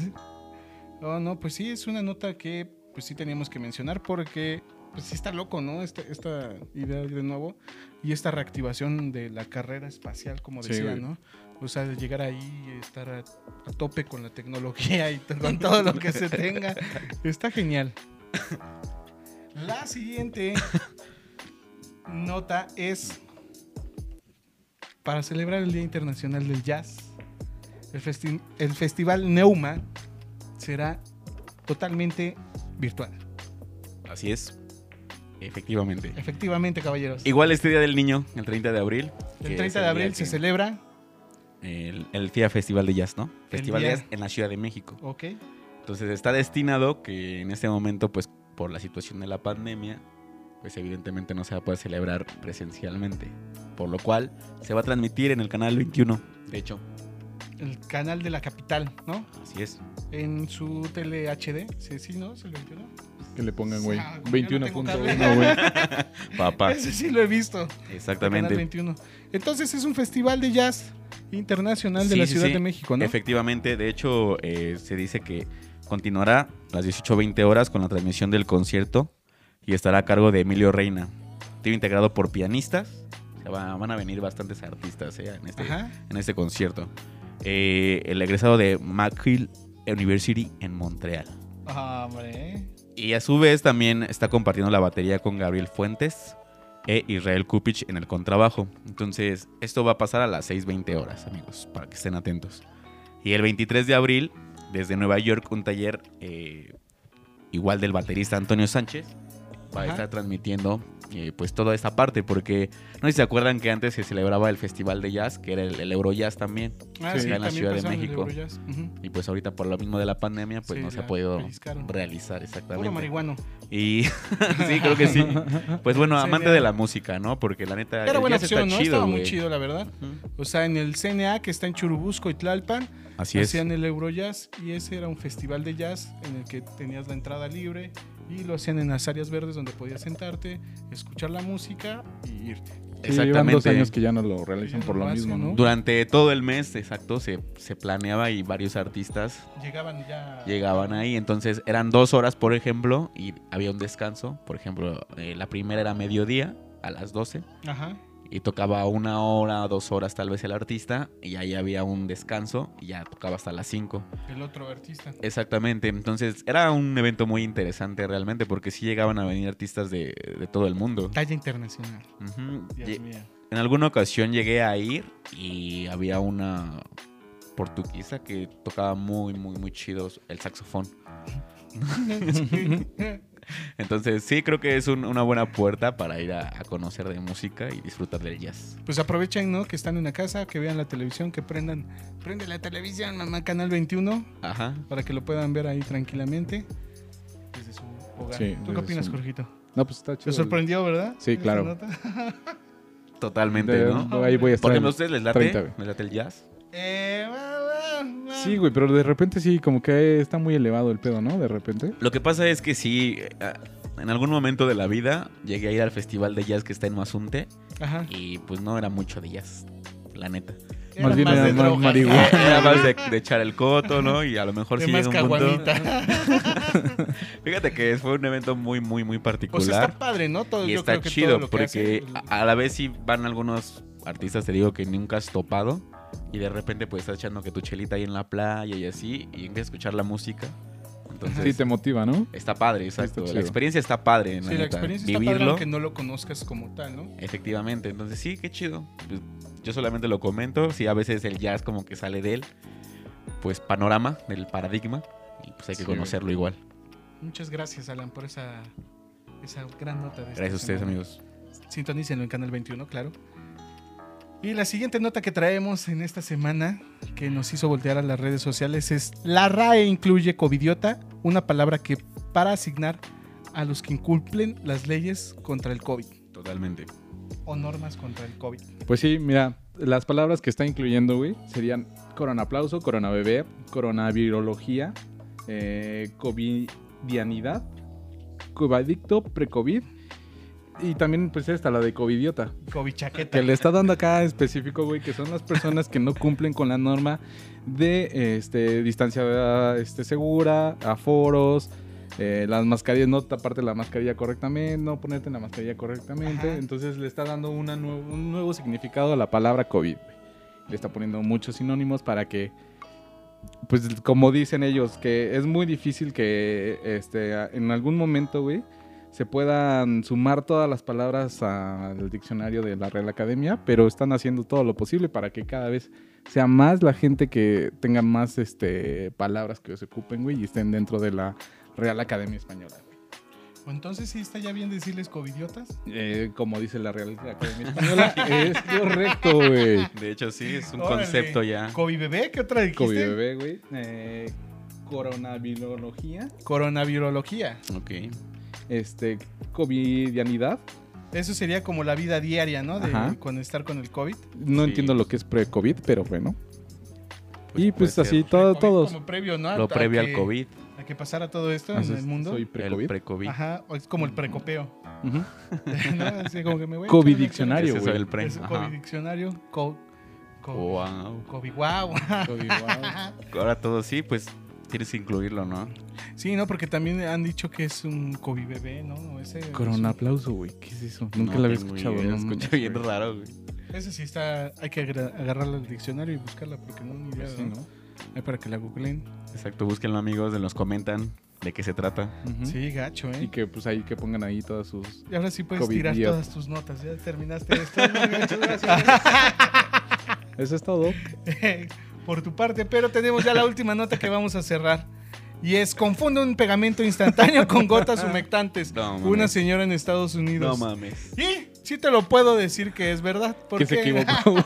A: no, no, pues sí, es una nota que pues sí teníamos que mencionar porque pues sí está loco, ¿no? Esta, esta idea de nuevo y esta reactivación de la carrera espacial, como
C: Sí,
A: decía,
C: güey.
A: ¿no? O sea, de llegar ahí y estar a, a tope con la tecnología y to- con todo lo que se tenga. Está genial. La siguiente nota es para celebrar el Día Internacional del Jazz. El, festi- el festival Neuma será totalmente virtual.
B: Así es. Efectivamente.
A: Efectivamente, caballeros.
B: Igual este Día del Niño, el 30 de abril. que
A: El
B: es
A: 30 de
B: día
A: abril
B: que-
A: se celebra.
B: El, el FIA Festival de Jazz, ¿no? Festival de
A: día-
B: Jazz en la Ciudad de México.
A: Ok.
B: Entonces está destinado que en este momento, pues por la situación de la pandemia, pues evidentemente no se va a poder celebrar presencialmente. Por lo cual se va a transmitir en el canal 21. De hecho,
A: El canal de la capital, ¿no?
B: así es.
A: En su tele HD. Sí, sí, ¿no? ¿Es el 21?
C: Que le pongan, güey.
A: Ah, como ya no tengo
C: 21.1,
A: cable.
C: güey.
B: Papá.
A: Ese sí lo he visto. Canal
B: Exactamente.
A: 21. Entonces es un festival de jazz internacional de
B: Sí,
A: la
B: sí,
A: Ciudad
B: sí.
A: de México, ¿no?
B: Efectivamente, de hecho, eh, se dice que continuará las 18.20 horas con la transmisión del concierto y estará a cargo de Emilio Reina. Tío integrado por pianistas. O sea, va- van a venir bastantes artistas eh, en este
A: Ajá.
B: en este concierto. Eh, el egresado de McGill University en Montreal.
A: Ah, Hombre.
B: Y a su vez también está compartiendo la batería con Gabriel Fuentes e Israel Kupich en el contrabajo. Entonces, esto va a pasar a las 6.20 horas, amigos, para que estén atentos. Y el 23 de abril, desde Nueva York, un taller eh, igual del baterista Antonio Sánchez va
A: Ajá.
B: a estar transmitiendo eh, pues toda esta parte, porque no sé si se acuerdan que antes se celebraba el Festival de Jazz, que era el, el Eurojazz también,
A: Ah,
C: Sí.
A: sí,
B: Acá en la
A: también
B: Ciudad de
A: pasaron los
B: México.
A: Eurojazz. Ujú.
B: y pues ahorita por lo mismo de la pandemia, pues
A: Sí,
B: no se
A: la
B: ha podido
A: pellizcaron.
B: realizar
A: Puro
B: exactamente.
A: marihuano.
B: Y sí, creo que sí. Pues bueno,
A: Sí,
B: amante
A: mira.
B: de la música, ¿no? Porque la neta
A: Era
B: Ah, el
A: buena
B: jazz
A: opción, ¿no?
B: está chido,
A: Estaba muy
B: güey.
A: chido, la verdad.
B: Ujú.
A: O sea, en el CNA, que está en Churubusco y Tlalpan,
B: Así es.
A: hacían el Eurojazz y ese era un festival de jazz en el que tenías la entrada libre y lo hacían en las áreas verdes donde podías sentarte, escuchar la música y irte.
C: Sí, llevan dos
B: Exactamente.
C: años que ya no lo realizan
A: Ya
C: por
A: no
C: lo
A: lo
C: mismo,
A: hacen,
C: ¿no?
A: ¿no?
B: Durante todo el mes, exacto, se, se planeaba y varios artistas
A: Llegaban ya...
B: llegaban ahí. Entonces eran dos horas, por ejemplo, y había un descanso. Por ejemplo, eh, la primera era mediodía, a las 12,
A: Ajá.
B: y tocaba una hora, dos horas tal vez el artista, y ahí había un descanso, y ya tocaba hasta las 5.
A: El otro artista.
B: Exactamente, entonces era un evento muy interesante realmente, porque sí llegaban a venir artistas de, de todo el mundo.
A: Talla internacional.
B: Ujú.
A: Dios
B: Lle-
A: mío.
B: En alguna ocasión llegué a ir y había una portuguesa que tocaba muy, muy, muy chido el saxofón. Entonces sí, creo que es un- una buena puerta para ir a, a conocer de música y disfrutar del jazz.
A: Pues aprovechen, ¿no? Que están en la casa, que vean la televisión, que prendan. Prende la televisión, mamá, Canal 21,
B: Ajá.
A: para que lo puedan ver ahí tranquilamente. Desde su hogar.
C: Sí,
A: ¿Tú qué
C: desde
A: opinas,
C: su-
A: Jorgito?
C: No, pues está chido.
A: Te sorprendió, ¿verdad?
C: Sí,
A: Esa
C: claro.
A: nota.
B: Totalmente,
C: De-
B: ¿no?
C: Ahí voy a estar.
B: Por
C: en-
B: ejemplo, ¿a ustedes les late?
C: 30, güey.
B: ¿Les late el jazz?
A: Eh, va, va, va.
C: Sí, güey, pero de repente sí, como que está muy elevado el pedo, ¿no? De repente.
B: Lo que pasa es que sí, eh, en algún momento de la vida llegué a ir al festival de jazz que está en Mazunte
A: Ajá.
B: y pues no era mucho de jazz, la neta.
A: Era
C: bien
A: más
C: era
A: de
C: más
A: drogas.
C: marihuana.
B: Era más de, de echar el coto, ¿no? Y a lo mejor
A: De
B: sí
A: más
B: llega un punto.
A: caguamita.
B: Fíjate que fue un evento muy, muy, muy
A: O sea, está
B: particular.
A: padre, ¿no? Todo,
B: y
A: yo
B: está
A: creo que
B: chido
A: todo lo que
B: porque
A: hacen,
B: a a la vez sí van algunos artistas, te digo, que nunca has topado. Y de repente pues estás echando que tu chelita ahí en la playa y así. Y empiezas a escuchar la música. Entonces
C: Sí, te motiva, ¿no?
B: está padre, exacto.
C: chido.
B: la experiencia está padre.
A: Sí, la
B: la neta.
A: experiencia está padre
B: Vivirlo,
A: aunque no lo conozcas como tal, ¿no?
B: efectivamente. Entonces sí, qué chido. Pues, yo solamente lo comento. Sí, a veces el jazz como que sale del pues panorama, del paradigma. Y pues hay que
C: Sí, güey.
B: conocerlo igual.
A: Muchas gracias, Alan, por esa, esa gran nota. De esta
B: Gracias a ustedes,
A: semana.
B: amigos.
A: Sintonícenlo en Canal 21, claro. Y la siguiente nota que traemos en esta semana, que nos hizo voltear a las redes sociales, es la RAE incluye covidiota, una palabra que para asignar a los que incumplen las leyes contra el COVID
B: Totalmente.
A: o normas contra el COVID.
C: Pues sí, mira, las palabras que está incluyendo, güey, serían coronaplauso, coronabebé, coronavirología, eh, covidianidad, covidicto, precovid. Y también, pues, esta, la de covidiota.
A: COVID chaqueta.
C: Que le está dando acá específico, güey, que son las personas que no cumplen con la norma de este, distancia este, segura, aforos, eh, las mascarillas, no taparte la mascarilla correctamente, no ponerte la mascarilla correctamente.
A: Ajá.
C: Entonces le está dando una nue- un nuevo significado a la palabra COVID. güey. Le está poniendo muchos sinónimos para que, pues como dicen ellos, que es muy difícil que este, a- en algún momento, güey, se puedan sumar todas las palabras al diccionario de la Real Academia, pero están haciendo todo lo posible para que cada vez sea más la gente que tenga más este, palabras que se ocupen, güey, y estén dentro de la Real Academia Española. güey.
A: O Entonces sí está ya bien decirles covidiotas.
C: Eh, como dice la Real Academia Española, es correcto, güey.
B: De hecho, sí, es un
A: Órale.
B: concepto ya.
A: COVID bebé, ¿qué otra dijiste?
C: Ah. COVID bebé, güey. Eh, coronavirología,
A: Coronavirología.
B: Ok. pues,
C: este, covidianidad.
A: Eso sería como la vida diaria, ¿no? De
C: Ajá.
A: con estar con el COVID.
C: No
B: Sí.
C: entiendo lo que es pre-COVID, pero bueno.
A: Pues
C: y pues
B: puede ser
C: así, todo-
A: COVID
C: todos.
A: Como previo, ¿no?
B: Lo
A: A- a
B: previo al
A: que-
B: COVID,
A: A que pasara todo esto en
C: Entonces,
A: el mundo.
C: Soy
B: el
C: pre-COVID.
B: pre-COVID.
A: Ajá, o es como el precopeo.
C: Ujú.
A: ¿no? Así como que me voy a
C: COVID
A: echar una
B: ¿Qué
C: diccionario,
B: es eso
C: güey.
B: del pre?
A: Es un COVID
B: Ajá. Oh.
A: diccionario. Co, co-
B: Wow.
A: COVID, wow.
C: COVID, wow.
B: Ahora todo sí, pues tienes que incluirlo, ¿no?
A: Sí, no, porque también han dicho que es un COVID bebé, ¿no? No, Ese,
C: Coronaplauso, güey. ¿Qué es eso? Nunca
B: No
C: la había
B: tengo
C: escuchado.
B: idea,
C: no
B: escuché
C: mames,
B: bien
C: güey.
B: raro, güey.
A: ese sí está. Hay que agra- agarrarla al diccionario y buscarla porque no, ni idea.
C: Pues sí,
A: ¿no?
C: ¿no?
A: Ahí para que la googleen.
B: Exacto, búsquenlo, amigos, nos comentan de qué se trata.
C: Ujú.
A: Sí, gacho, ¿eh?
C: Y que pues ahí que pongan ahí todas sus.
A: Y ahora sí puedes
C: COVID
A: tirar
C: idiota.
A: todas tus notas. Ya terminaste esto. Muchas gracias.
C: Eso es todo.
A: por tu parte, pero tenemos ya la última nota que vamos a cerrar. Y es, confunde un pegamento instantáneo con gotas humectantes.
B: No, mames.
A: una señora en Estados
B: No
A: Unidos.
B: mames.
A: y sí te lo puedo decir que es verdad.
C: Que
A: Porque
C: se equivocó, güey.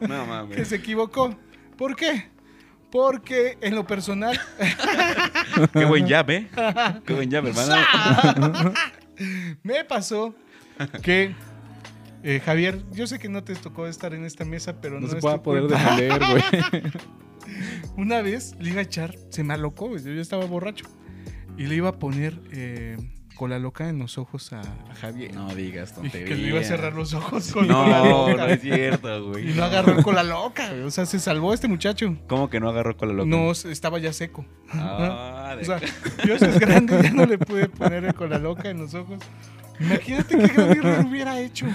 B: No
A: que
B: mames.
A: se equivocó. ¿Por qué? Porque en lo personal...
B: Qué buen llave, ¿eh? Qué buen llave, hermano.
A: Me pasó que eh, Javier, yo sé que no te tocó estar en esta mesa, pero no,
C: No se
A: es
C: puede
A: tu
C: poder
A: culpa.
C: defender, güey.
A: Una vez le iba a echar, se me alocó, güey, yo ya estaba borracho. Y le iba a poner eh, cola loca en los ojos a, a Javier.
B: No digas
A: Y
B: tonterías.
A: que le iba a cerrar los ojos con cola
B: No,
A: loca.
B: no es cierto, güey.
A: Y no agarró cola loca, güey. O sea, se salvó este muchacho.
B: ¿Cómo que no agarró cola loca?
A: No, se- estaba ya seco.
B: Ah, de-
A: O sea, Dios es grande, ya no le pude poner el cola loca en los ojos. Imagínate qué gran error hubiera hecho.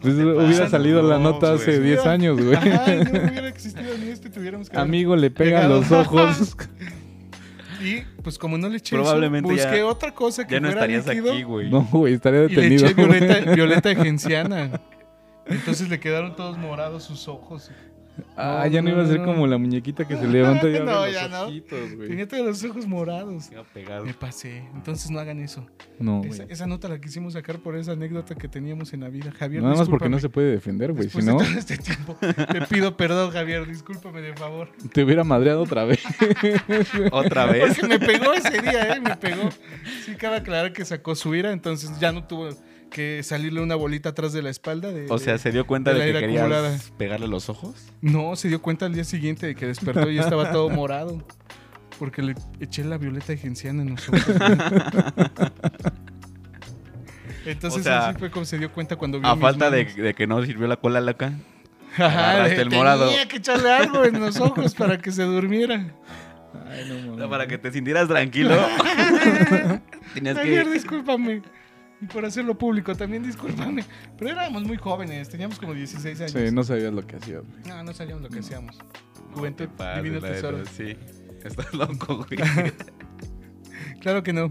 C: Pues
B: pasa?
C: hubiera salido la
B: No,
C: nota
B: pues,
C: hace
A: hubiera-
C: 10 años, güey.
A: Ajá, no hubiera existido ni este, tuviéramos que haber-
C: Amigo, le pegan
A: Llegado.
C: los ojos.
A: Y pues como no le eché eso,
B: Probablemente ya-
A: busqué otra cosa que
B: ya no
A: fuera
B: estarías
A: líquido
B: aquí, güey.
C: No, güey, estaría
A: y le
C: detenido.
A: eché violeta, violeta genciana. Entonces le quedaron todos morados sus ojos.
C: Ah, ya no,
A: No,
C: iba a
A: no,
C: ser
A: no.
C: como la muñequita que se levanta y abre
A: No,
C: los
A: ya no.
C: ojitos, güey.
A: Tenía todos los ojos morados.
B: Iba a pegar.
A: Me pasé. Entonces no hagan eso.
C: No, güey.
A: Esa, esa nota la quisimos sacar por esa anécdota que teníamos en la vida. Javier,
C: Nada más porque no
A: discúlpame.
C: se puede defender, güey. Si
A: Después
C: no,
A: de todo este tiempo, te pido perdón, Javier. Discúlpame, de favor.
C: te hubiera madreado otra vez.
B: Otra vez.
A: Porque me pegó ese día, ¿eh? Me pegó. Sí, cabe aclarar que sacó su ira, entonces ya no tuvo que salirle una bolita atrás de la espalda. de-
B: O sea,
A: de-
B: se dio cuenta
A: de
B: de,
A: la
B: que
A: ira
B: querías
A: acumulada.
B: pegarle los ojos.
A: No, se dio cuenta al día siguiente de que despertó y estaba todo morado. Porque le eché la violeta genciana en los ojos. Entonces
B: O sea,
A: así fue como se dio cuenta cuando vio
B: A
A: mis
B: falta de,
A: manos.
B: de que no sirvió la cola loca.
A: Ajá,
B: agarraste
A: le-
B: el morado.
A: Tenía que echarle algo en los ojos para que se durmiera.
C: Ay, no,
B: O sea, Para que te sintieras tranquilo. Tenías
A: Javier,
B: que.
A: discúlpame. Y por hacerlo público, también discúlpame. Pero éramos muy jóvenes, teníamos como 16 años.
C: Sí, no sabías lo que hacías, güey.
A: No, no sabíamos lo que hacíamos.
B: Te
A: Juventud,
B: pases,
A: divino
B: la neta,
A: tesoro.
B: Sí. Estás loco, güey.
A: Claro que no.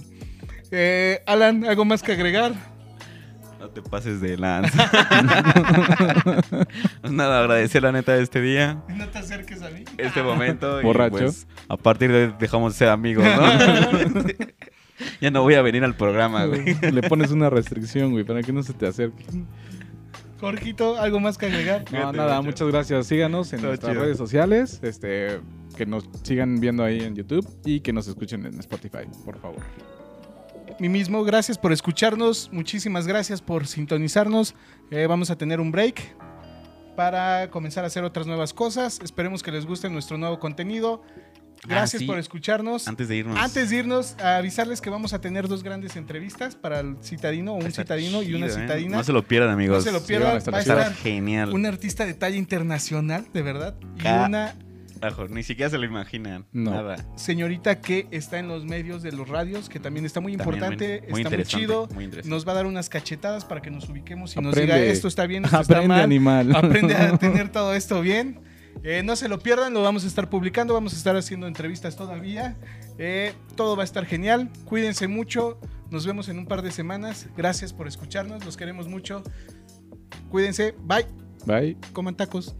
A: Eh, Alan, ¿algo más que agregar?
B: No te pases de lanza. Pues Nada, agradecer la neta de este día,
A: No te acerques a mí.
B: este momento. y,
C: Borracho.
B: pues, a partir de hoy dejamos de ser amigos, ¿no? ya no voy a venir al programa, güey.
C: Le pones una restricción, güey, para que no se te acerque.
A: Jorgito, ¿algo más que agregar?
C: No,
B: Cuídate
C: nada,
B: mucho.
C: muchas gracias. Síganos en
B: Todo
C: nuestras
B: chido.
C: redes sociales. Este, que nos sigan viendo ahí en YouTube y que nos escuchen en Spotify, por favor.
A: Mi mismo, gracias por escucharnos. Muchísimas gracias por sintonizarnos. Eh, vamos a tener un break para comenzar a hacer otras nuevas cosas. Esperemos que les guste nuestro nuevo contenido. Gracias
B: Ah, sí.
A: por escucharnos.
B: Antes de irnos.
A: Antes de irnos, a avisarles que vamos a tener dos grandes entrevistas para el citadino, un
B: Está
A: citadino y una
B: chido, ¿eh?
A: citadina.
B: No se lo pierdan, amigos.
A: No se lo
C: van
A: pierdan,
C: a estar
A: va a
B: Está
A: estar
C: chidas.
B: genial.
A: un artista de talla internacional, de verdad, y
B: Ca-
A: una
B: Ajo, ni siquiera se lo imaginan.
C: No.
B: Nada.
A: señorita que está en los medios de los radios, que también está muy
B: También,
A: importante,
B: muy
A: está muy
B: interesante,
A: chido,
B: muy interesante.
A: nos va a dar unas cachetadas para que nos ubiquemos y nos
C: Aprende.
A: diga esto está bien, esto está
C: Aprende,
A: mal.
C: animal.
A: Aprende a tener todo esto bien. Eh, no se lo pierdan, lo vamos a estar publicando, vamos a estar haciendo entrevistas todavía. Eh, todo va a estar genial. Cuídense mucho. Nos vemos en un par de semanas. Gracias por escucharnos, los queremos mucho. Cuídense, bye,
C: Bye.
A: coman tacos.